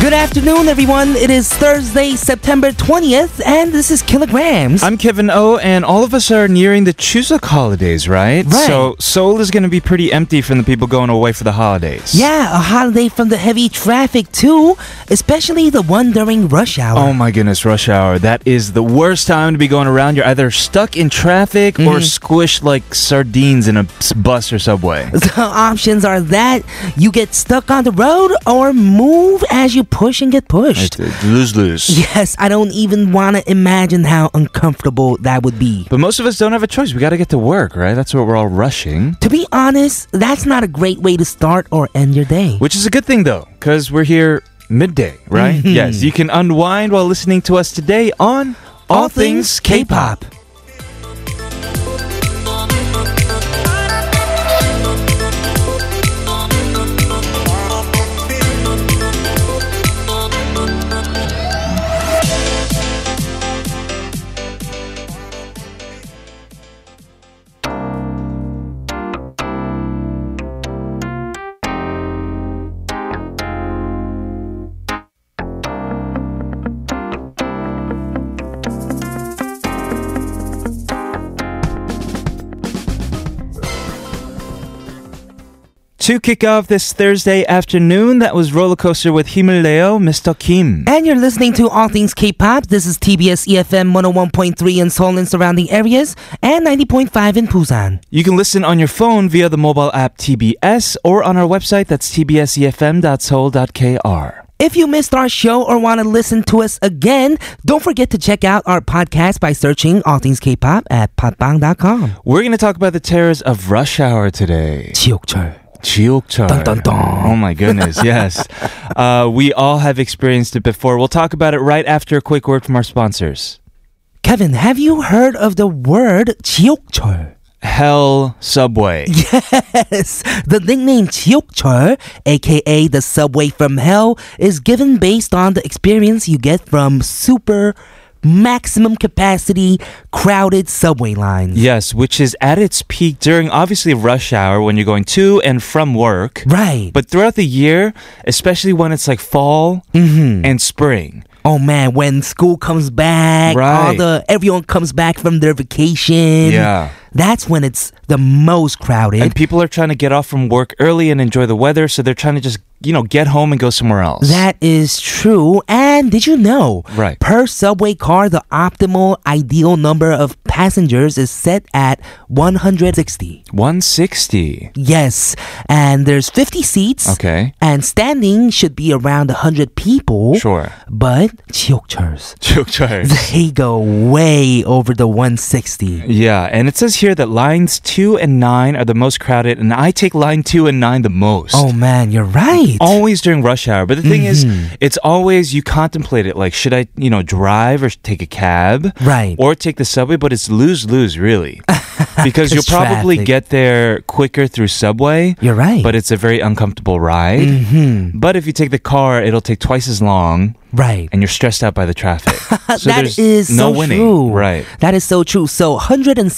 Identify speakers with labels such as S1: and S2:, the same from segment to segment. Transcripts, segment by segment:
S1: Good afternoon, everyone. It is Thursday, September 20th, and this is Kilograms.
S2: I'm Kevin O, and all of us are nearing the Chuseok holidays, right?
S1: Right.
S2: So Seoul is going to be pretty empty from the people going away for the holidays.
S1: yeah, a holiday from the heavy traffic, too, especially the one during rush
S2: Oh
S1: hour.
S2: my goodness, rush hour. That is the worst time to be going around. You're either stuck in traffic or squished like sardines in a s- bus or subway.
S1: The options are that you get stuck on the road or move as you push and get pushed.
S2: Lose lose.
S1: Yes, I don't even want to imagine how uncomfortable that would be.
S2: But most of us don't have a choice. We got to get to work, right? That's what we're all rushing.
S1: To be honest, that's not a great way to start or end your day.
S2: Which is a good thing, though, because we're here midday, right? Yes, you can unwind while listening to us today on All, Things K-Pop. To kick off this Thursday afternoon, that was Roller Coaster with Himaleo, Mr. Kim.
S1: And you're listening to All Things K-Pop. This is TBS EFM 101.3 in Seoul and surrounding areas and 90.5 in Busan.
S2: You can listen on your phone via the mobile app TBS or on our website that's E tbsefm.soul.kr.
S1: If you missed our show or want to listen to us again, don't forget to check out our podcast by searching All Things K-Pop at popbang.com.
S2: We're going to talk about the terrors of rush hour today.
S1: 지옥철.
S2: 지옥철.
S1: Dun, dun, dun.
S2: Oh my goodness, yes. Uh, we all have experienced it before. We'll talk about it right after a quick word from our sponsors.
S1: Kevin, have you heard of the word 지옥철?
S2: Hell Subway.
S1: Yes, the nickname 지옥철, aka the subway from hell, is given based on the experience you get from super maximum capacity crowded subway lines.
S2: Yes, which is at its peak during obviously rush hour when you're going to and from work.
S1: Right.
S2: But throughout the year, especially when it's like fall
S1: Mm-hmm.
S2: and spring,
S1: oh man, when school comes back, all
S2: Right.
S1: the everyone comes back from their vacation.
S2: Yeah.
S1: That's when it's the most crowded.
S2: and people are trying to get off from work early and enjoy the weather, so they're trying to just, you know, get home and go somewhere else.
S1: That is true. And did you know?
S2: Right.
S1: Per subway car, the optimal ideal number of passengers is set at 160.
S2: 160.
S1: Yes. And there's 50 seats.
S2: Okay.
S1: And standing should be around 100 people.
S2: Sure.
S1: But 지옥철s,
S2: Joke charge.
S1: they go way over the 160.
S2: Yeah, and it says here that lines 2 and 9 are the most crowded, and I take line 2 and 9 the most.
S1: Oh man, you're right.
S2: always during rush hour. But the thing
S1: Mm-hmm.
S2: is, it's always you contemplate it. Like, should I, you know, drive or take a cab,
S1: Right.
S2: or take the subway? But it's lose lose really, because you'll
S1: 'Cause
S2: probably
S1: traffic.
S2: get there quicker through subway.
S1: You're right. Mm-hmm.
S2: But it's a very uncomfortable ride. But if you take the car, it'll take twice as long,
S1: right.
S2: and you're stressed out by the traffic. so
S1: that
S2: there's
S1: is
S2: no
S1: so
S2: winning,
S1: true.
S2: right?
S1: That is so true. So 160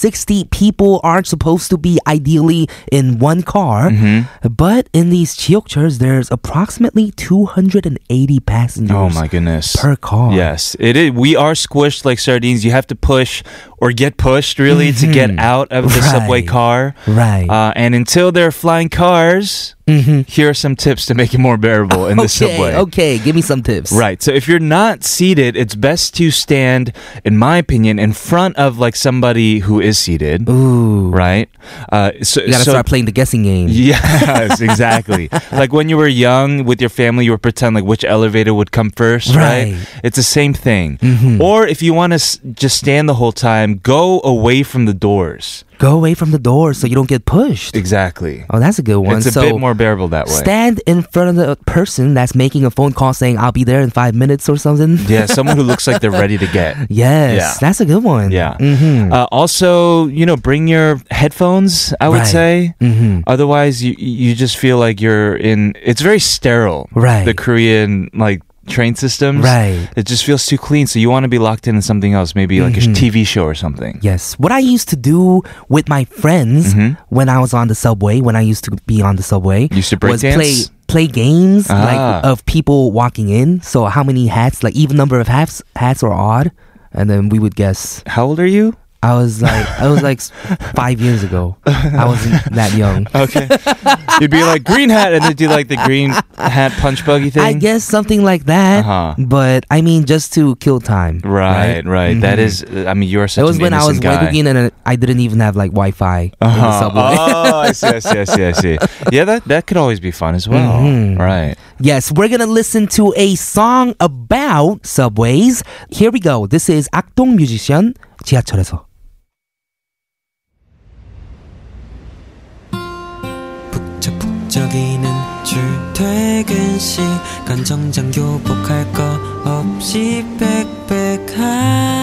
S1: people are supposed to be ideally in one car,
S2: Mm-hmm.
S1: but in these cheokchers, there's approximately 280 passengers.
S2: Oh my goodness.
S1: Per car.
S2: Yes. It is we are squished like sardines. You have to push or get pushed really to get out of the subway
S1: Mm-hmm. Right.
S2: car.
S1: Right. Mm-hmm.
S2: Uh, and until there are flying cars, here are some tips to make it more bearable in the subway.
S1: okay, okay, give me some tips.
S2: Right. So if you're not seated, it's best to stand, in my opinion, in front of like somebody who is seated.
S1: Ooh.
S2: Right. Uh, so
S1: You gotta
S2: so
S1: start playing the guessing game.
S2: Yes, exactly. like when you were young with your family, you would pretend like which elevator would come first, right?
S1: Right. Mm-hmm.
S2: It's the same thing. Or if you want to s- just stand the whole time, go away from the doors.
S1: Go away from the door so you don't get pushed.
S2: Exactly.
S1: Oh, that's a good one.
S2: It's a
S1: so
S2: bit more bearable that way.
S1: stand in front of the person that's making a phone call saying, I'll be there in five minutes or something.
S2: yeah, someone who looks like they're ready to get.
S1: Yes,
S2: Yeah.
S1: that's a good one.
S2: Yeah.
S1: Mm-hmm.
S2: Uh, also, you know, bring your headphones. I would
S1: Right.
S2: say.
S1: Mm-hmm.
S2: Otherwise, you you just feel like you're in. It's very sterile.
S1: Right.
S2: The Korean like train systems.
S1: Right.
S2: It just feels too clean. So you want to be locked in in something else, maybe like
S1: Mm-hmm.
S2: a TV show or something.
S1: Yes. What I used to do
S2: Mm-hmm.
S1: with my friends when I was on the subway, when I used to be on the subway,
S2: You used to break
S1: was
S2: dance?
S1: play play games
S2: Ah.
S1: like of people walking in. So how many hats, like even number of hats, hats or odd, and then we would guess.
S2: How old are you?
S1: I was like, I was like s- five years ago. I wasn't that young.
S2: Okay. You'd be like green hat, and then do like the green hat punch buggy thing.
S1: I guess something like that.
S2: Uh-huh.
S1: But I mean, just to kill time.
S2: Right, right. That
S1: Mhm.
S2: is. uh, I mean, you are such
S1: It was
S2: an
S1: when I was
S2: innocent guy.
S1: working and uh, I didn't even have like Wi-Fi in the
S2: Uh-huh.
S1: subway.
S2: Oh, I see, I see, I see, I see. Yeah, that that could always be fun as well.
S1: Mhm.
S2: Right.
S1: Yes, we're gonna listen to a song about subways. Here we go. This is 악동 뮤지션 지하철에서.
S3: 북적북적이는 출퇴근 시간 정장 교복할 거 없이 빽빽한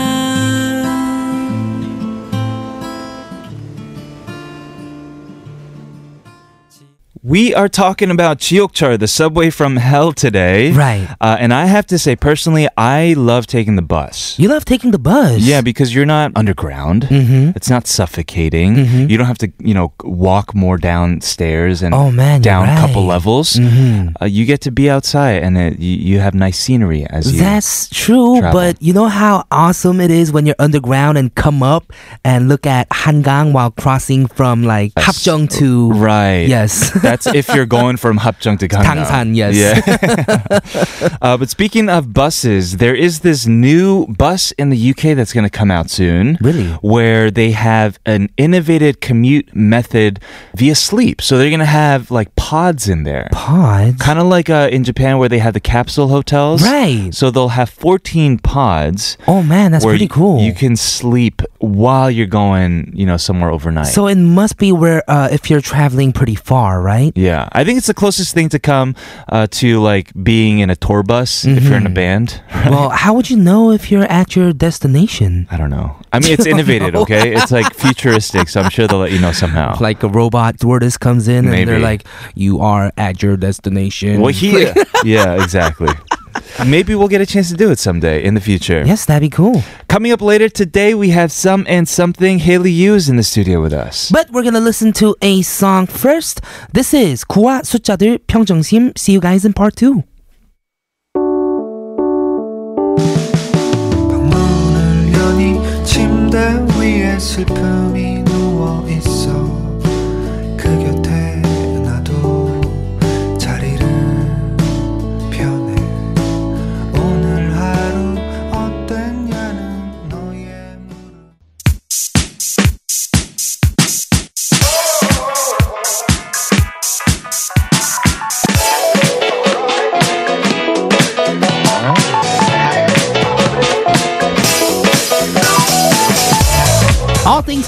S2: We are talking about Cheokchar, the subway from hell today.
S1: Right.
S2: Uh, and I have to say, personally, I love taking the bus.
S1: You love taking the bus.
S2: Yeah, because you're not underground.
S1: Mm-hmm.
S2: It's not suffocating. You don't have to, you know, walk more downstairs and
S1: Oh man,
S2: down
S1: you're
S2: a couple
S1: right.
S2: levels.
S1: Mhm.
S2: Uh, you get to be outside and it, you, you have nice scenery as you.
S1: That's true,
S2: travel.
S1: but you know how awesome it is when you're underground and come up and look at Hangang while crossing from like
S2: Yes.
S1: Hapjeong to
S2: right.
S1: yes,
S2: That's if you're going from Hapjeong to Gangnam.
S1: Gangsan, yes.
S2: Yeah. uh, but speaking of buses, there is this new bus in the UK that's going to come out soon.
S1: Really?
S2: Where they have an innovative commute method via sleep. So they're going to have like pods in there.
S1: pods.
S2: Kind of like uh, in Japan where they have the capsule hotels.
S1: Right.
S2: So they'll have 14 pods.
S1: Oh man, that's
S2: where
S1: pretty
S2: y-
S1: cool.
S2: You can sleep while you're going, you know, somewhere overnight.
S1: so it must be where uh, if you're traveling pretty far, right?
S2: Yeah, I think it's the closest thing to come uh, to like being in a tour bus if you're in a band.
S1: well, how would you know if you're at your destination?
S2: I don't know. I mean, it's innovative, okay? It's like futuristic, so I'm sure they'll let you know somehow.
S1: Like a robot tortoise comes in and they're
S2: Oh. Maybe.
S1: like, "You are at your destination."
S2: well, here, yeah, exactly. Maybe we'll get a chance to do it someday in the future.
S1: yes, that'd be cool.
S2: Coming up later today, we have some and something. Haley Yu is in the studio with us.
S1: But we're gonna listen to a song first. This is 구와 숫자들 평정심. See you guys in part two.
S4: 방문을 여니 침대 위에 슬픔이 누워 있어 그 곁에 나도 자리를 변해 오늘 하루 어땠냐는 너의 물음
S1: All things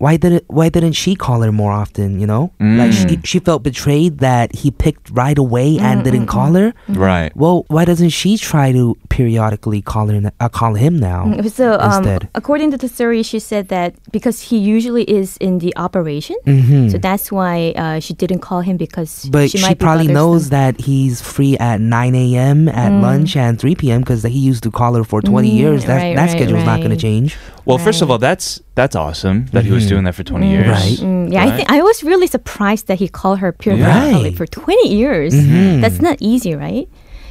S1: why didn't why didn't she call her more often, you know? Like she, she felt betrayed that he picked right away and didn't call her.
S5: Mm-hmm.
S2: Right.
S1: Well, why doesn't she try to periodically call her, n- uh, call him now?
S5: So, um,
S1: instead?
S5: according to the story, she said that because he usually is in the operation, so that's why uh, she didn't call him because
S1: But
S5: she,
S1: she,
S5: might be
S1: probably
S5: bothersome.
S1: knows that he's free at 9 a.m., at
S5: Mm.
S1: lunch, and 3 p.m. because he used to call her for 20 years. That,
S5: right,
S1: that
S5: right,
S1: schedule's not going to
S5: right.
S1: change.
S2: Well, first of all, that's that's awesome that he was doing
S5: Mm-hmm.
S2: that for 20 years.
S1: Right.
S5: Mm, yeah, I think I was really surprised that he called her
S1: Right.
S5: periodically
S1: Mm-hmm.
S5: for 20 years. That's not easy, right?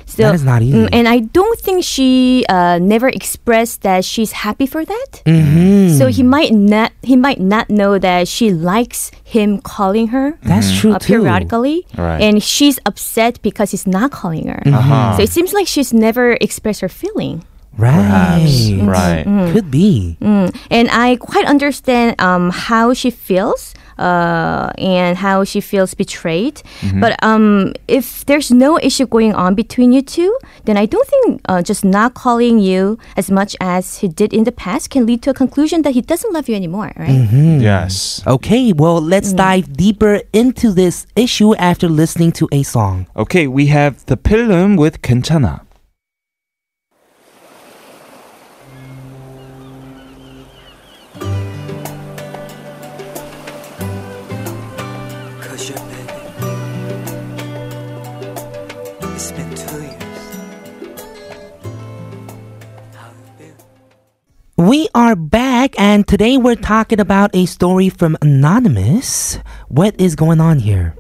S5: So, mm,
S1: That is not easy.
S5: and I don't think she uh, never expressed that she's happy for that.
S1: Mm-hmm.
S5: So he
S1: Mm.
S5: might not he might not know that she likes him calling her
S1: That's true,
S5: uh,
S1: too. Mm-hmm.
S5: periodically,
S2: Right.
S5: and she's upset because he's not calling her.
S2: Uh-huh.
S5: So it seems like she's never expressed her feeling.
S2: Perhaps.
S1: Right.
S2: Right.
S5: Mm-hmm.
S1: Could be.
S5: and I quite understand um, how she feels uh, and how she feels betrayed. But um, if there's no issue going on between you two, then I don't think uh, just not calling you as much as he did in the past can lead to a conclusion that he doesn't love you anymore,
S1: Mm.
S5: right?
S2: Yes.
S1: Mm-hmm. Okay, well,
S5: Mm.
S1: let's dive deeper into this issue after listening to a song.
S2: Okay, we have the Pilum with 괜찮아.
S3: Cause you're better. It's been two years. How you been?
S1: We are back, and today we're talking about a story from Anonymous. What is going on here?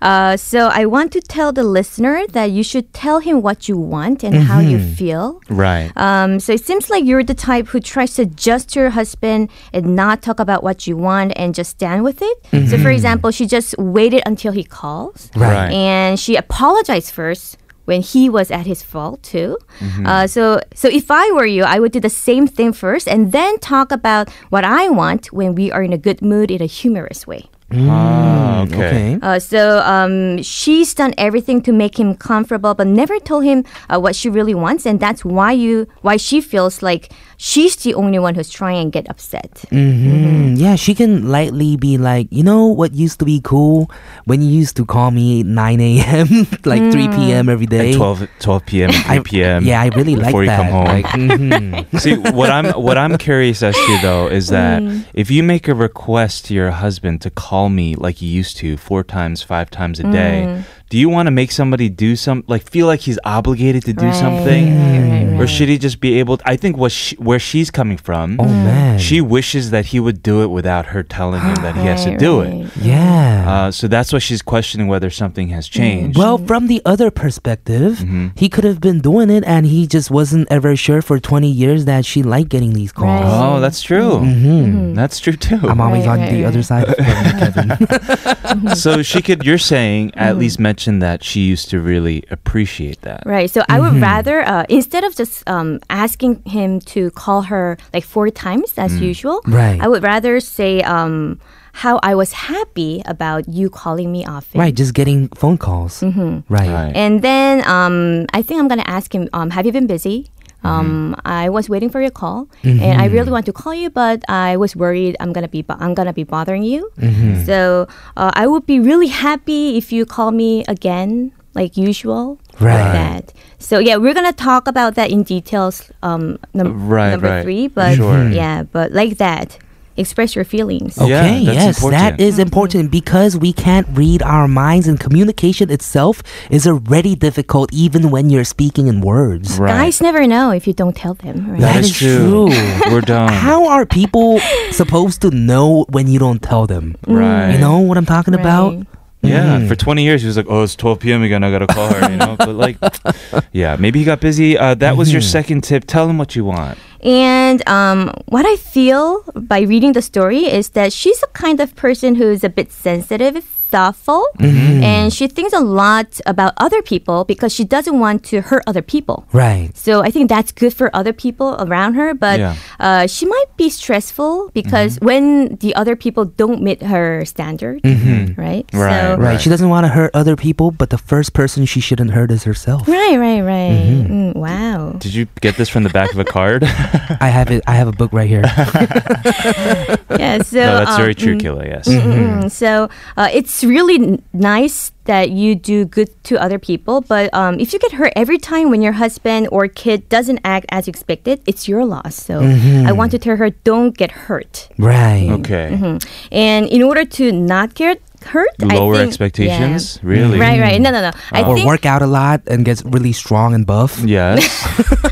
S5: Uh, so I want to tell the listener that you should tell him what you want and how you feel.
S2: Right.
S5: Um, so it seems like you're the type who tries to adjust to your husband and not talk about what you want and just stand with it. So, for example, she just waited until he calls
S2: Right.
S5: and she apologized first when he was at his fault too. Uh, so, so if I were you, I would do the same thing first and then talk about what I want when we are in a good mood in a humorous way.
S2: Ah,
S1: Hmm, Okay.
S5: Uh, so um, she's done everything to make him comfortable, but never told him uh, what she really wants, and that's why you why she feels like she's the only one who's trying and get upset. Mm-hmm.
S1: Mm, yeah, she can lightly be like, you know what used to be cool when you used to call me 9 a.m., like 3
S5: Mm.
S1: p.m. every day.
S2: And 12, 12 p.m. and 3
S1: I-
S2: p.m.
S1: Yeah, I really like
S2: before you
S1: that.
S2: come home.
S1: Like, mhm.
S2: See, what I'm what I'm curious as to though is that
S5: Mm.
S2: if you make a request to your husband to call me like you used to four times, five times a
S5: Mm.
S2: day, do you want to make somebody do some like feel like he's obligated to do
S5: Right,
S2: something,
S5: right, right,
S2: or
S5: right.
S2: should he just be able? I think what she, where she's coming from,
S5: Mm.
S1: oh man,
S2: she wishes that he would do it without her telling him that he has to
S5: Right,
S2: do
S5: right.
S2: it.
S1: yeah.
S2: Uh, so that's why she's questioning whether something has
S1: Mm-hmm.
S2: changed.
S1: well, from the other perspective,
S2: Mm-hmm.
S1: he could have been doing it, and he just wasn't ever sure for 20 years that she liked getting these calls.
S5: Right.
S2: oh,
S5: Mm-hmm.
S2: that's true. That's true too.
S1: mm-hmm. I'm always
S5: Right,
S1: on
S5: right,
S1: the
S5: right.
S1: other side. Of Kevin.
S2: so she could you're saying
S1: Mm-hmm.
S2: at least mention that she used to really appreciate that
S5: Right. So I would
S2: Mm-hmm.
S5: rather uh, instead of just um, asking him to call her like four times as
S2: Mm.
S5: usual,
S1: Right.
S5: I would rather say um, how I was happy about you calling me often.
S1: right, just getting
S5: Mm-hmm.
S1: phone calls. Right.
S2: right
S5: And then um, I think I'm gonna ask him, um, have you been busy?
S2: Mm-hmm.
S5: Um, I was waiting for your call, and I really want to call you, but I was worried I'm gonna be bo- I'm gonna be bothering you.
S2: Mm-hmm.
S5: So uh, I would be really happy if you call me again, like usual.
S1: Right.
S5: Like that. So yeah, we're gonna talk about that in details. Um, num-
S2: Uh, Right,
S5: number
S2: right.
S5: three, but
S2: Sure. Oh,
S5: yeah, but like that, express your feelings.
S2: Yeah,
S1: Okay,
S2: that's
S1: yes,
S2: important.
S1: that
S5: Mm-hmm.
S1: is important because we can't read our minds, and communication itself is already difficult even when you're speaking in words.
S2: Right.
S5: Guys never know if you don't tell them. Right?
S1: That
S2: that is,
S1: is
S2: true.
S1: true.
S2: We're done.
S1: How are people supposed to know when you don't tell them? mm,
S2: Right.
S1: You know Mm-hmm. what I'm talking about?
S5: Right.
S2: Yeah, for 20 years he was like, "Oh, it's 12 p.m. again. I gotta call her." You know, but like, yeah, maybe he got busy. Uh, that was your
S1: Mm-hmm.
S2: second tip. Tell him what you want.
S5: And um, what I feel by reading the story is that she's a kind of person who's a bit sensitive, thoughtful,
S2: Mm-hmm.
S5: and she thinks a lot about other people because she doesn't want to hurt other people.
S1: Right.
S5: So I think that's good for other people around her, but
S2: Yeah. Mm-hmm.
S5: uh, she might be stressful because when the other people don't meet her standard, right?
S2: Mm-hmm. Right,
S5: So,
S1: Right. She doesn't want to hurt other people, but the first person she shouldn't hurt is herself.
S5: right, right, right.
S2: Mm-hmm.
S5: Mm, wow.
S2: Did you get this from the back of a card? no,
S1: I have it. I have a book right here.
S5: Yeah. So
S2: that's
S5: um,
S2: very true,
S1: mm-hmm.
S5: mm.
S2: Killa. Yes.
S5: Mm, So uh, it's really n- nice that you do good to other people, but um, if you get hurt every time when your husband or kid doesn't act as you expected, it's your loss. So
S2: Mm-hmm.
S5: I want to tell her, don't get hurt. Mm.
S1: right.
S2: Okay.
S1: Mm-hmm.
S5: And in order to not get hurt,
S2: Lower
S5: I think,
S2: expectations.
S5: Yeah.
S2: Really.
S5: Right, right. No, no, no. I
S1: Or
S5: think
S1: work out a lot and gets really strong and buff.
S2: Yes.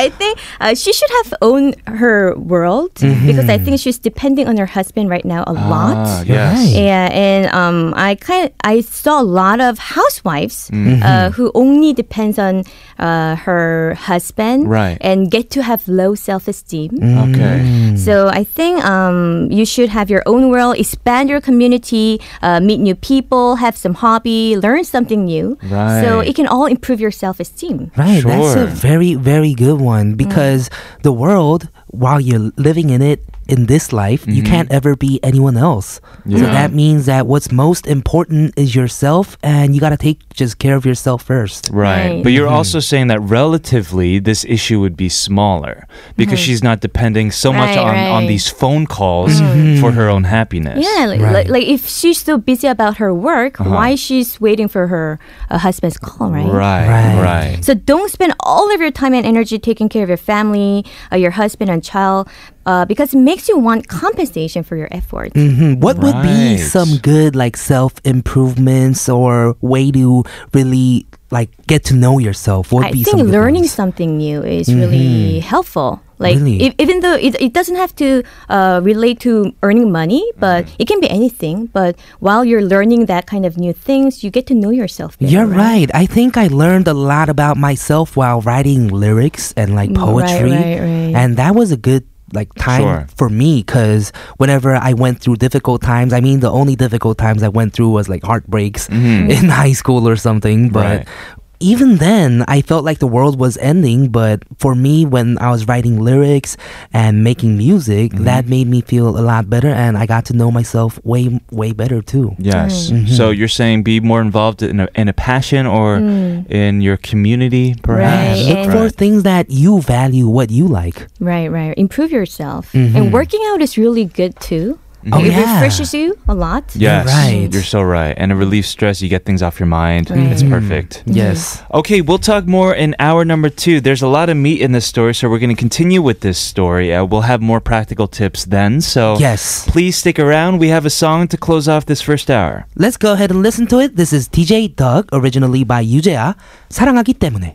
S5: I think uh, she should have owned her world because I think she's depending on her husband right now a
S2: Mm-hmm. Ah,
S5: lot.
S2: yes.
S1: Right.
S5: Yeah, and um, I kind I saw a lot of housewives uh, who only depends on uh, her husband,
S2: Right.
S5: and get to have low self esteem.
S1: Mm-hmm.
S2: Okay.
S5: So I think um, you should have your own world, expand your community, uh, meet new people, have some hobby, learn something new. So
S2: Right.
S5: it can all improve your self esteem.
S1: Right, that's a
S2: Sure.
S1: very, very good one
S5: Mm.
S1: because the world, while you're living in it in this life, you
S5: Mm-hmm.
S1: can't ever be anyone else. So
S2: Yeah.
S1: that means that what's most important is yourself, and you got to take just care of yourself first.
S2: Right.
S5: Right.
S2: But you're
S1: Mm-hmm.
S2: also saying that relatively this issue would be smaller because she's not depending so much
S5: Mm-hmm. Right,
S2: on, on
S5: right. Mm-hmm.
S2: these phone calls
S1: Mm-hmm.
S2: for her own happiness.
S5: Yeah, like,
S1: Right.
S5: like, like if she's so busy about her work, why she's waiting for her uh, husband's call, right?
S2: Right.
S1: Right.
S2: Right.
S5: So don't spend all of your time and energy taking care of your family, uh, your husband and child, uh, because it makes you want compensation for your effort.
S1: Mhm. What would be
S2: Right.
S1: some good like self improvements or way to really like get to know yourself? What
S5: I
S1: would be
S5: think
S1: some good
S5: learning
S1: ones?
S5: something new is really helpful. Like
S1: Really?
S5: e- even though it, it doesn't have to uh, relate to earning money, but
S1: Mm-hmm.
S5: it can be anything. But while you're learning that kind of new things, you get to know yourself. Better,
S1: You're right. I think I learned a lot about myself while writing lyrics and like
S5: Mm, right,
S1: poetry.
S5: right, right.
S1: And that was a good like time
S2: Sure.
S1: for me because whenever I went through difficult times, I mean, the only difficult times I went through was like heartbreaks
S2: Mm-hmm.
S5: Mm-hmm.
S1: in high school or something. But
S2: Mm. Right.
S1: even then, I felt like the world was ending. But for me, when I was writing lyrics and making music, that made me feel a lot better. And I got to know myself way, way better too.
S2: Yes.
S1: Mm-hmm.
S2: So you're saying be more involved in a, in a passion or in your community, perhaps.
S5: Mm. Right,
S1: Look
S5: and-
S1: for things that you value, what you like.
S5: Right, right. Improve yourself. And working out is really good too.
S1: Mm-hmm. Oh,
S5: it
S1: yeah.
S5: refreshes you a lot.
S2: Yes,
S1: Right.
S2: you're so right. And it relieves stress. You get things off your mind. It's
S1: Mm-hmm.
S2: perfect.
S1: Yes.
S2: Okay, we'll talk more in hour number two. There's a lot of meat in this story, so we're going to continue with this story. Uh, we'll have more practical tips then. So
S1: Yes.
S2: please stick around. We have a song to close off this first hour.
S1: Let's go ahead and listen to it. This is DJ Doug, originally by 유재하. 사랑하기 때문에.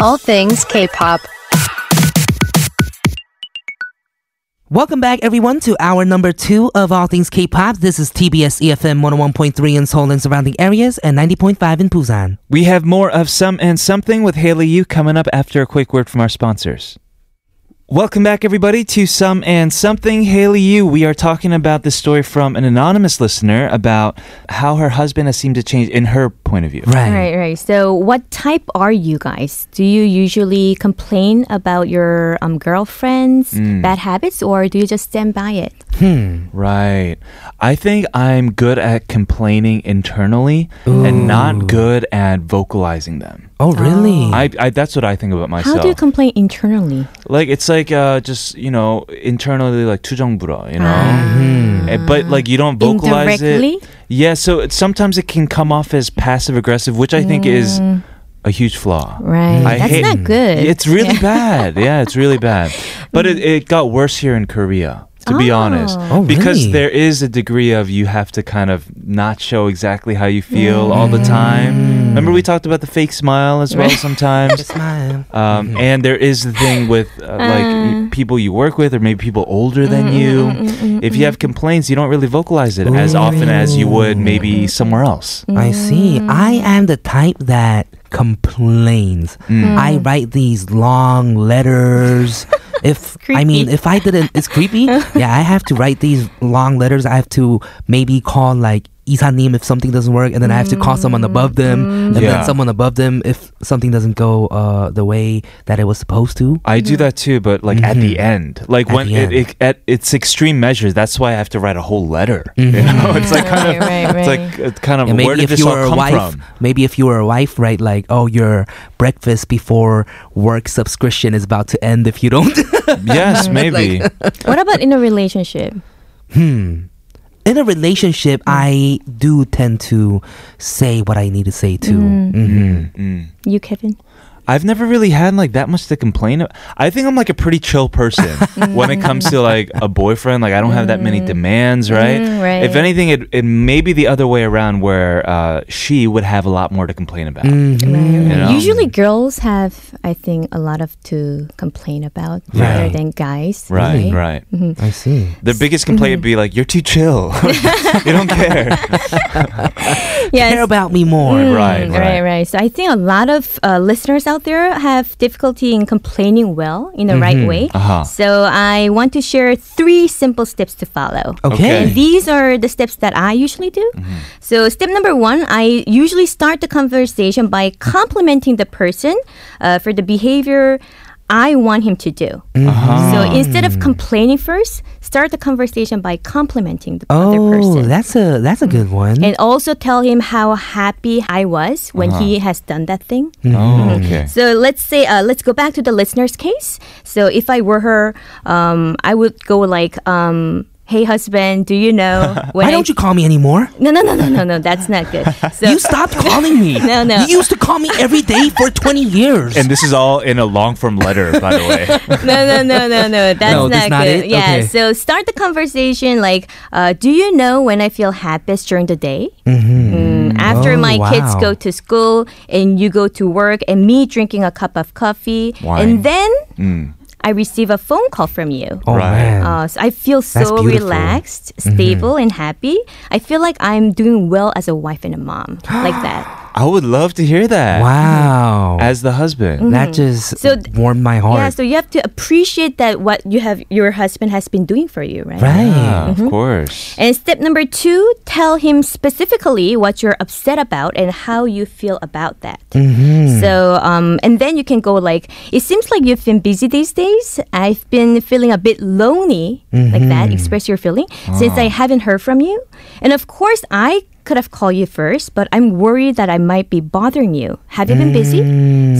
S6: All things K-pop.
S1: Welcome back, everyone, to our number two of All Things K-Pop. This is TBS EFM 101.3 in Seoul and surrounding areas and 90.5 in Busan.
S2: We have more of Some and Something with Haley Yu coming up after a quick word from our sponsors. Welcome back, everybody, to Some and Something. Haley Yu, we are talking about this story from an anonymous listener about how her husband has seemed to change in her point of view.
S5: Right, right. So, what type are you guys? Do you usually complain about your um, girlfriend's
S2: Hmm.
S5: bad habits, or do you just stand by it?
S2: Right. I think I'm good at complaining internally and not good at vocalizing them.
S1: Oh, really?
S2: I, I that's what I think about myself.
S5: How do you complain internally?
S2: like it's like uh just you know internally like 투정부라 you know
S1: Ah.
S2: Eh, but like you don't vocalize
S5: Indirectly?
S2: it yeah so it, sometimes it can come off as passive aggressive which i think is
S5: Mm.
S2: a huge flaw
S5: Right.
S2: I
S5: That's
S2: hate-
S5: not good.
S2: it's really bad yeah it's really bad but it, it got worse here in korea to be honest
S1: Oh,
S2: because
S1: really?
S2: there is a degree of you have to kind of not show exactly how you feel all the time remember we talked about the fake smile as well sometimes
S1: Smile.
S2: um, And there is the thing with uh, like y- people you work with, or maybe people older than you. If you have complaints, you don't really vocalize it as often as you would maybe somewhere else.
S1: I see. I am the type that complains.
S2: Mm.
S1: I write these long letters. If I mean, if I didn't, it's creepy. yeah, I have to write these long letters. I have to maybe call like Isanim if something doesn't work, and then I have to call someone above them, and then
S2: Yeah.
S1: someone above them if something doesn't go uh, the way that it was supposed to.
S2: I
S5: Mm-hmm.
S2: do that too, but like at the end, like
S1: Mm-hmm. At
S2: when
S1: the
S2: it,
S1: end.
S2: it at its extreme measures, that's why I have to write a whole letter. You know, it's like kind of,
S5: Right, right,
S2: it's
S5: right.
S2: like it's kind of
S1: And
S2: Uh, where
S1: Mm-hmm. maybe if
S2: did this
S1: you
S2: all
S1: were a
S2: come
S1: wife,
S2: from?
S1: maybe if you were a wife, right? Like, oh, your breakfast before work subscription is about to end if you don't
S2: yes, maybe.
S5: what about in a relationship?
S1: in a
S5: Mm.
S1: relationship, I do tend to say what I need to say too. hmm
S2: Mm.
S5: You, Kevin?
S2: I've never really had like that much to complain about. I think I'm like a pretty chill person
S5: Mm-hmm.
S2: when it comes to like a boyfriend. Like I don't have that many demands, right?
S5: Mm, Mm-hmm. right.
S2: If anything, it, it may be the other way around where uh, she would have a lot more to complain about.
S1: Mm,
S2: You know?
S5: Usually, girls have, I think, a lot of to complain about
S2: Yeah.
S5: rather than guys.
S2: Right, right.
S5: Mm-hmm.
S1: I see.
S2: The biggest complaint would be like, "You're too chill. you don't care."
S1: Care
S5: Yes. Mm.
S1: about me more.
S2: right,
S5: Right,
S2: right,
S5: right. So I think a lot of uh, listeners out there have difficulty in complaining well in the right way.
S2: Uh-huh.
S5: So I want to share three simple steps to follow.
S2: Okay.
S1: Okay. Mm-hmm.
S5: And these are the steps that I usually do. So, step number one, I usually start the conversation by complimenting the person uh, for the behavior I want him to do.
S1: Mm-hmm.
S5: So, instead of complaining first, start the conversation by complimenting the other
S1: Oh,
S5: person. Mm.
S1: that's a that's a good one.
S5: and also tell him how happy I was when he
S1: Uh-huh.
S5: has done that thing.
S1: Mm-hmm. Mm.
S2: Oh, okay.
S5: So let's say, uh, let's go back to the listener's case. So if I were her, um, I would go like, um, "Hey, husband, do you know when
S1: Why
S5: I-
S1: don't you call me anymore?
S5: No, no, no, no, no, no. That's not good. So
S1: You stopped calling me.
S5: No, no.
S1: You used to call me every day for 20 years.
S2: And this is all in a long form letter, by the way.
S5: no, no, no, no, no. That's
S1: No,
S5: not
S1: that's not it?
S5: good. Yeah.
S1: Okay.
S5: So start the conversation like, uh, "Do you know when I feel happiest during the day? Mm, after
S1: Oh,
S5: my kids
S1: wow.
S5: go to school and you go to work and me drinking a cup of coffee,
S2: Wine.
S5: and then I receive a phone call from you."
S1: oh,
S2: Right.
S1: man.
S5: Uh, so I feel
S1: That's
S5: so
S1: beautiful. Mm-hmm.
S5: relaxed, stable, and happy. I feel like I'm doing well as a wife and a mom, like that.
S2: I would love to hear that.
S1: wow.
S2: As the husband.
S1: That just
S5: So th-
S1: warmed my heart.
S5: Yeah, so you have to appreciate that what you have, your husband has been doing for you, right?
S1: right.
S2: Yeah,
S1: Mm-hmm.
S2: Of course.
S5: And step number two, tell him specifically what you're upset about and how you feel about that. So, um, and then you can go like, it seems like you've been busy these days. I've been feeling a bit lonely, like that. Express your feeling since I haven't heard from you. And of course, I could have called you first, but I'm worried that I might be bothering you. Have you been busy?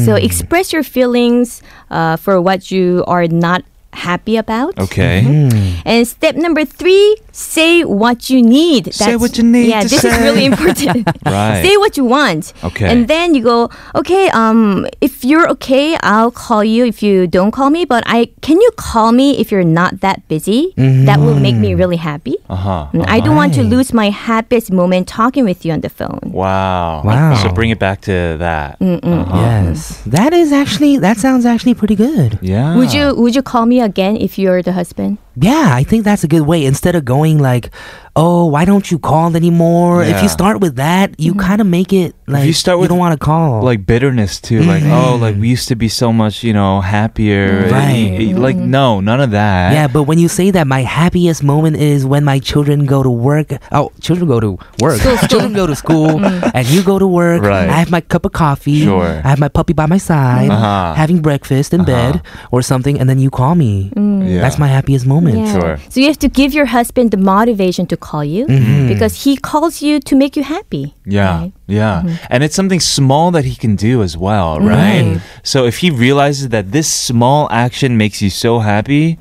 S5: So express your feelings uh, for what you are not happy about.
S2: Okay.
S1: Mm-hmm.
S5: And step number three, say what you need.
S2: Say what you need
S5: Yeah,
S2: to
S5: this is
S2: say.
S5: really important.
S2: Right.
S5: Say what you want.
S2: Okay.
S5: And then you go, okay, um, if you're okay, I'll call you. If you don't call me, but I can you call me if you're not that busy? That will make
S2: Mm-hmm.
S5: me really happy.
S2: Uh-huh.
S5: And I don't want to lose my happiest moment talking with you on the phone.
S2: Wow.
S1: Wow. Mm.
S2: So bring it back to that.
S1: Yes. That is actually, that sounds actually pretty good.
S2: Yeah.
S5: Would you would you call me again if you're the husband?
S1: Yeah, I think that's a good way. Instead of going like, oh, why don't you call anymore? If you
S2: Yeah.
S1: start with that, you kind of make it like
S2: you start with,
S1: don't want to call.
S2: like bitterness too like
S1: Mm-hmm.
S2: oh like we used to be so much you know happier
S1: Right.
S2: Y- y- like no none of that
S1: yeah, but when you say that, my happiest moment is when my children go to work. Oh, children go to work. children go to school, and you go to work.
S2: Right.
S1: I have my cup of coffee.
S2: Sure.
S1: I have my puppy by my side,
S2: Uh-huh.
S1: having breakfast in bed or something, and then you call me.
S2: Yeah.
S1: That's my happiest moment.
S2: Mm, Sure.
S5: So you have to give your husband the motivation to call you
S2: Mm-hmm.
S5: because he calls you to make you happy.
S2: yeah
S5: right?
S2: yeah and it's something small that he can do as well right so if he realizes that this small action makes you so happy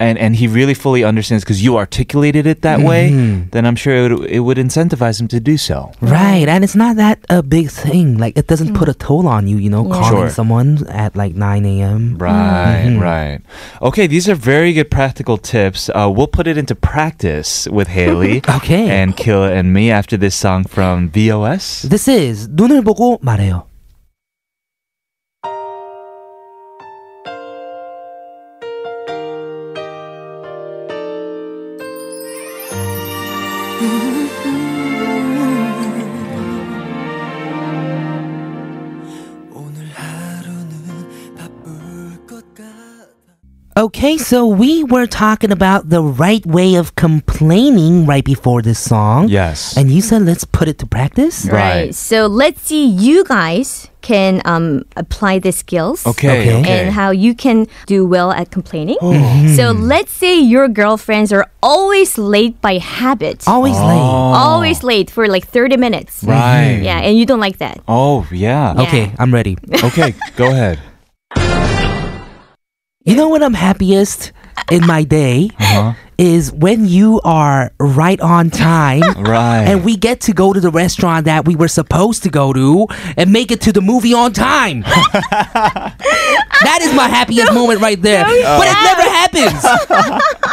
S2: and and he really fully understands because you articulated it that way then i'm sure it would, it would incentivize him to do so
S1: Right, and it's not that a big thing. Like it doesn't put a toll on you, you know,
S5: Yeah.
S1: calling
S2: Sure.
S1: someone at like nine a.m.
S2: Right, right. Okay, these are very good practical tips. Uh, we'll put it into practice with Haley
S1: Okay.
S2: and Killa and me after this song from VOS.
S1: This is 눈을 보고 말해요.
S3: 오늘 하루는 바쁠 것 같아
S1: Okay, so we were talking about the right way of complaining right before this song.
S2: Yes.
S1: And you said let's put it to practice?
S2: Right.
S5: So let's see you guys can um, apply the skills.
S2: Okay.
S1: Okay. Oh.
S2: Okay.
S5: And how you can do well at complaining. So
S1: Hmm.
S5: let's say your girlfriends are always late by habit.
S1: Always
S2: Oh.
S1: late.
S5: Always late for like 30 minutes. Mm-hmm.
S2: Right.
S5: Yeah, and you don't like that.
S2: Oh yeah.
S5: Yeah.
S1: Okay, I'm ready.
S2: Okay. Go ahead.
S1: You know what I'm happiest in my day
S2: Uh-huh.
S1: is when you are right on time.
S2: Right.
S1: And we get to go to the restaurant that we were supposed to go to and make it to the movie on time. that is my happiest moment right there. But it never happens.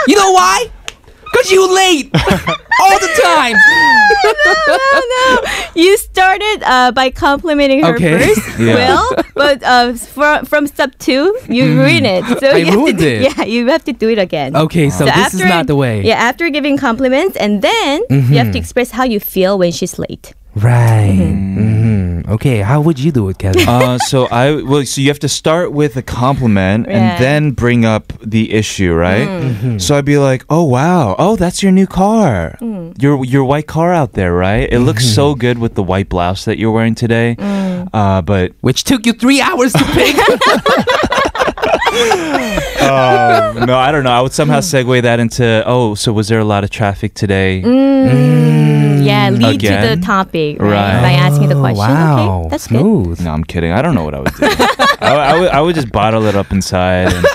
S1: you know why? Because you late all the time.
S5: You started uh, by complimenting her
S1: Okay.
S5: first,
S2: Yeah.
S5: Will, but uh, from, from step two, you ruin it.
S1: Mm-hmm.
S5: So
S1: I
S5: you have
S1: ruined
S5: to, do-
S1: it.
S5: Yeah, you have to do it again.
S1: Okay, so, this is not the way. Mm-hmm.
S5: Yeah, after giving compliments, and then you have to express how you feel when she's late.
S1: Right. hmm
S5: Mm-hmm.
S1: Okay, how would you do it, Kevin?
S2: uh, so I well, so you have to start with a compliment
S5: Yeah.
S2: and then bring up the issue, right?
S1: Mm. Mm-hmm.
S2: So I'd be like, "Oh wow, oh that's your new car,
S1: Mm.
S2: your your white car out there, right? It looks so good with the white blouse that you're wearing today,
S1: Mm.
S2: uh, but
S1: Which took you three hours to pick.
S2: Um, no, I don't know. I would somehow segue that into oh, so was there a lot of traffic today?
S1: Mm.
S5: Yeah, lead to the
S2: Again?
S5: topic right,
S2: Right.
S5: by asking the
S1: Oh,
S5: question.
S1: Wow,
S5: Okay, that's good.
S1: smooth.
S2: No, I'm kidding. I don't know what I would do. I, I would, I would just bottle it up inside and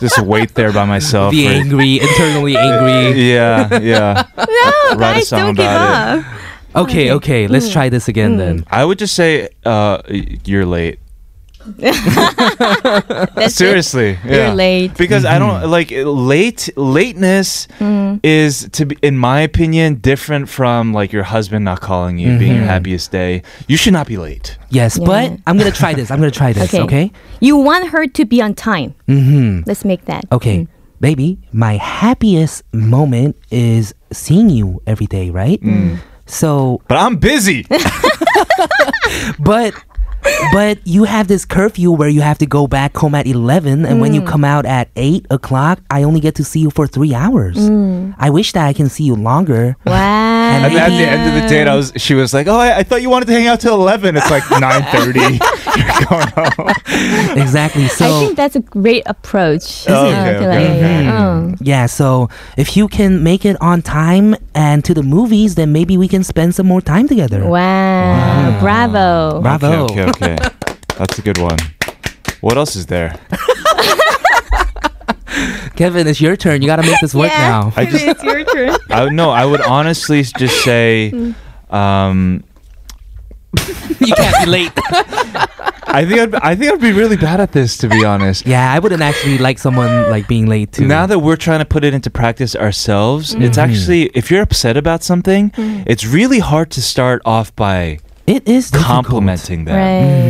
S2: just wait there by myself.
S1: Be
S2: for-
S1: angry, internally angry.
S2: yeah, yeah.
S5: No,
S2: Write a
S5: guys,
S2: song
S5: don't give
S2: about
S5: up.
S1: Okay, okay, let's try this again then.
S2: I would just say uh, y- you're late.
S5: That's it.
S2: Uh, Seriously, yeah.
S5: You're late. Mm-hmm.
S2: Because I don't like late. Lateness is to be, in my opinion, different from like your husband not calling you being
S5: Mm-hmm.
S2: your happiest day. You should not be late.
S1: Yes,
S5: Yeah.
S1: but I'm gonna try this. I'm gonna try this.
S5: Okay.
S1: Okay.
S5: You want her to be on time. Mm-hmm. Let's make that.
S1: Okay. Baby, my happiest moment is seeing you every day, right? So,
S2: But I'm busy.
S1: but but you have this curfew where you have to go back home at 11 and
S5: Mm.
S1: when you come out at 8 o'clock i only get to see you for three hours
S5: Mm.
S1: i wish that i can see you longer
S5: Wow.
S2: And then at the end of the date, I was. She was like, "Oh, I, I thought you wanted to hang out till 11. It's like nine thirty.
S1: exactly so
S5: I think that's a great approach.
S2: Oh, Okay,
S5: Yeah, I feel
S2: okay,
S5: like,
S2: okay.
S5: yeah, oh.
S1: Yeah, so if you can make it on time and to the movies, then maybe we can spend some more time together.
S5: Wow. Bravo.
S1: Bravo.
S2: Okay, okay, okay. That's a good one. What else is there?
S1: Kevin, it's your turn. You got to make this work now.
S2: I just-
S5: it's your turn.
S2: I would no. I would honestly just say, um,
S1: you can't be late.
S2: I think I'd, I think I'd be really bad at this to be honest.
S1: Yeah, I wouldn't actually like someone like being late too.
S2: Now that we're trying to put it into practice ourselves, it's actually if you're upset about something, it's really hard to start off by
S1: it is difficult. Mm-hmm.
S2: complimenting them,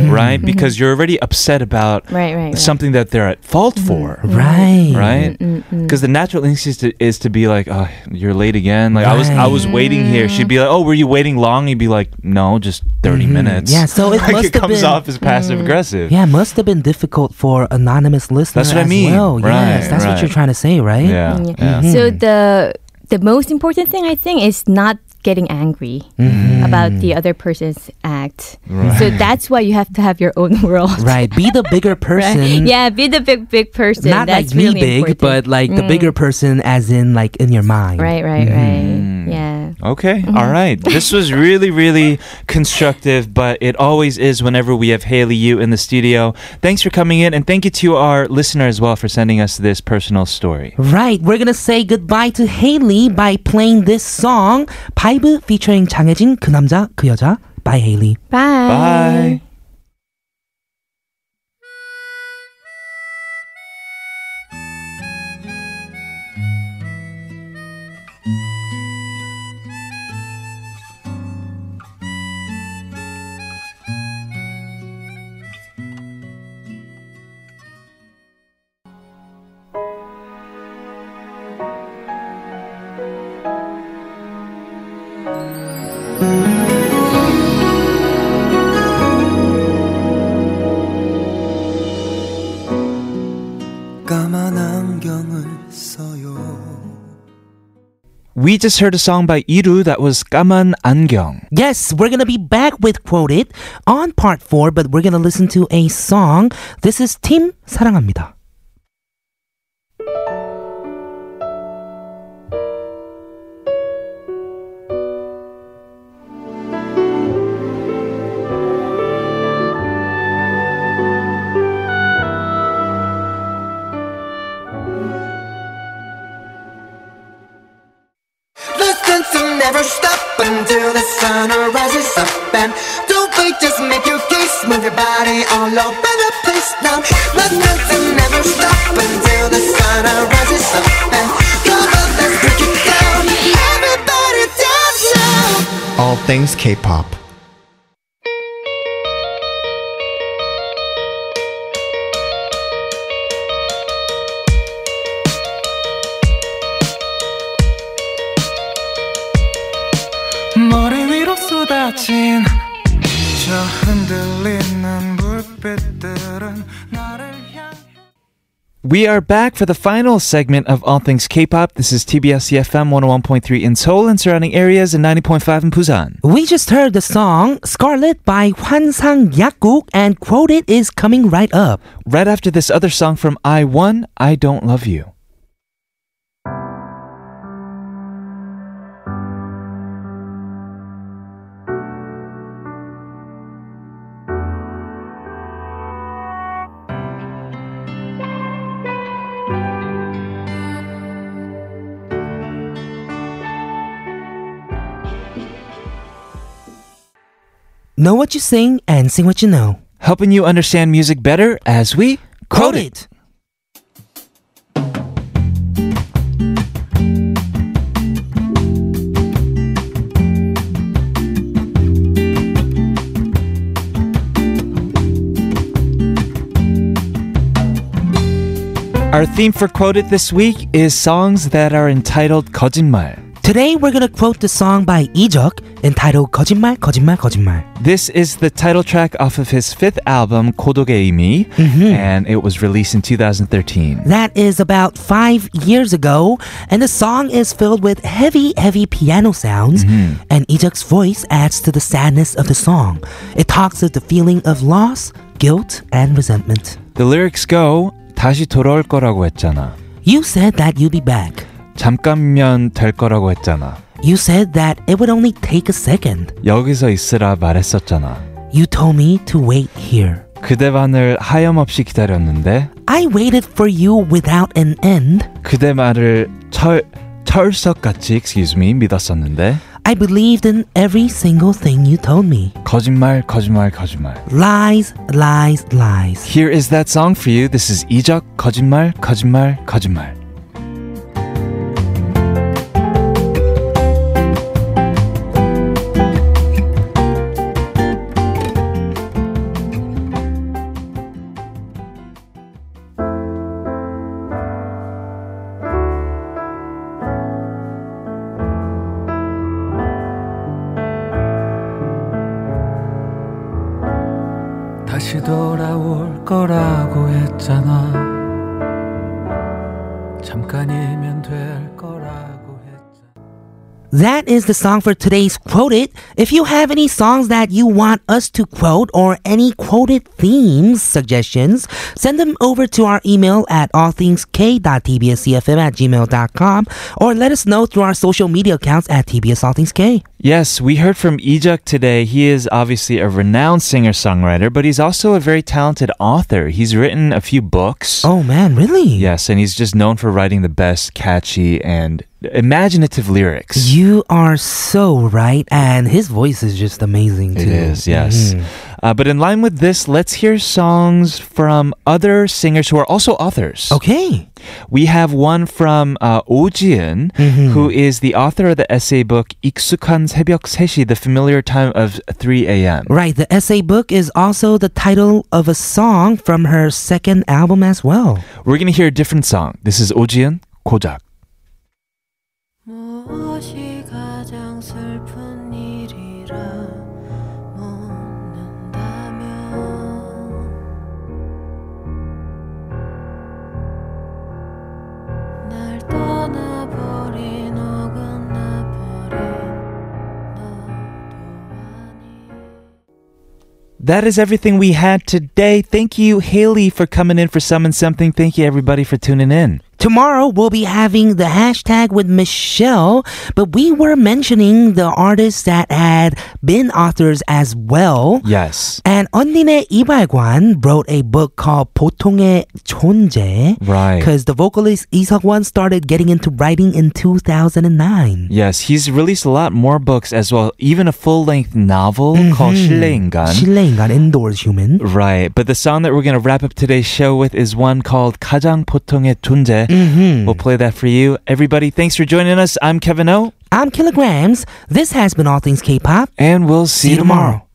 S5: Right.
S2: right? Because you're already upset about
S5: Right, right, right.
S2: something that they're at fault for.
S1: Right.
S2: Right, because the natural instinct is to, is to be like, "Oh, you're late again." Like I was, I was waiting here. She'd be like, "Oh, were you waiting long?" You'd be like, "No, just 30 minutes."
S1: Mm-hmm. Yeah, so Oh, it
S2: like
S1: must
S2: it
S1: have
S2: comes
S1: been- Mm.
S2: off as passive aggressive.
S1: Yeah, must have been difficult for anonymous listeners.
S2: what I
S1: as
S2: mean.
S1: Well.
S2: Right,
S1: yes, that's what
S2: right.
S1: you're trying to say, right?
S2: yeah,
S5: Mm.
S1: Mm-hmm.
S2: yeah.
S5: So
S1: Hmm.
S5: the the most important thing I think is not getting angry
S1: Hmm.
S5: about the other person's act. So that's why you have to have your own world.
S1: Right. Be the bigger
S5: right?
S1: person.
S5: Yeah, be the big big person.
S1: Not
S5: That's
S1: like me
S5: really
S1: big,
S5: important.
S1: but like the
S5: Mm.
S1: bigger person, as in like in your mind.
S5: Right, right,
S2: Mm.
S1: Hmm.
S5: right. Yeah.
S2: Okay,
S1: Mm-hmm.
S2: all right. This was really, really constructive, but it always is whenever we have Haley you in the studio. Thanks for coming in, and thank you to our listener as well for sending us this personal story.
S1: Right. We're gonna say goodbye to Haley by playing this song, Pipe featuring 장혜진 그 남자 그 여자 by Haley.
S5: Bye.
S2: Bye.
S3: 까만 안경을 써요
S2: We just heard a song by Iru that was Kaman Angyong.
S1: Yes, we're gonna be back with quoted on part four, but we're gonna listen to a song. This is Team 사랑합니다.
S7: Listen to never stop until the sun rises up and don't wait, just make your case, move your body all over the place now. Listen to never stop until the sun rises up and come on, let's break it down. Everybody dance now. All things K-pop.
S3: 머리 위로 쏟아진 저 흔들리는 불빛들은 나를 향해
S2: We are back for the final segment of All Things K-pop. This is TBS EFM 101.3 in Seoul and surrounding areas and 90.5 in Busan.
S1: We just heard the song Scarlet by Hwansang Yakuk and quoted is coming right up.
S2: Right after this other song from I1, I Don't Love You.
S1: Know what you sing and sing what you know.
S2: Helping you understand music better as we quote it.
S1: Quoted.
S2: Our theme for Quoted this week is songs that are entitled 거짓말.
S1: Today we're gonna quote the song by Ijeok entitled 거짓말 거짓말 거짓말.
S2: This is the title track off of his fifth album, 고독의 의미, and it was released in 2013.
S1: That is about five years ago, and the song is filled with heavy, heavy piano sounds. And Ijeok's voice adds to the sadness of the song. It talks of the feeling of loss, guilt, and resentment.
S2: The lyrics go, 다시 돌아올 거라고 했잖아.
S1: You said that you'd be back.
S2: 잠깐면 될 거라고 했잖아.
S1: You said that it would only take a second.
S2: 여기서 있으라 말했었잖아.
S1: You told me to wait here.
S2: 그대만을 하염없이 기다렸는데
S1: I waited for you without an end.
S2: 그대 말을 철 철석같이 excuse me 믿었었는데
S1: I believed in every single thing you told me.
S2: 거짓말 거짓말 거짓말.
S1: Lies, lies, lies.
S2: Here is that song for you. This is 이적 거짓말 거짓말 거짓말.
S4: 다시 돌아올 거라고 했잖아 잠깐이면 될 거라고 했잖아
S1: That is the song for today's quoted. If you have any songs that you want us to quote or any quoted themes suggestions, send them over to our email at allthingsk.tbscfm at gmail.com or let us know through our social media accounts at tbs all things k.
S2: Yes, we heard from Ijuk today. He is obviously a renowned singer-songwriter, but he's also a very talented author. He's written a few books.
S1: Oh man, really?
S2: Yes, and he's just known for writing the best catchy and imaginative lyrics.
S1: You are so right, and his voice is just amazing too.
S2: It is, yes.
S1: Mhm.
S2: Uh, but in line with this, let's hear songs from other singers who are also authors.
S1: Okay.
S2: We have one from uh, Oh Ji-eun, who is the author of the essay book 익숙한 새벽 3시, The Familiar Time of 3 a.m.
S1: Right, the essay book is also the title of a song from her second album as well.
S2: We're going to hear a different song. This is Oh Ji-eun, 고작.
S8: 무엇이 가장 슬픈 일이라 묻는다면 날 떠나버린 어긋나버린 너도 아니
S2: That is everything we had today. Thank you, Haley, for coming in for Summon Something. Thank you, everybody, for tuning in.
S1: Tomorrow we'll be having the hashtag with Michelle, but we were mentioning the artists that had been authors as well.
S2: Yes.
S1: And Ondine Ibaigwan wrote a book called 보통의 존재.
S2: Right.
S1: Because the vocalist Isak Wan started getting into writing in 2009.
S2: Yes, he's released a lot more books as well, even a full length novel called 실례인간.
S1: 실내인간, indoors human.
S2: Right, but the song that we're going to wrap up today's show with is one called 가장 보통의 존재. We'll play that for you. Everybody, thanks for joining us. I'm Kevin O,
S1: I'm Kilograms. This has been All Things K-Pop.
S2: and we'll see,
S1: See you tomorrow.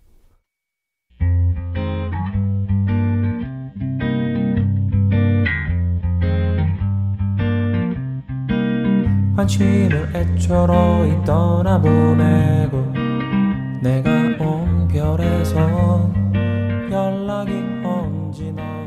S4: 관심을 애초로이 떠나보내고 내가 온 별에서 연락이 온지 너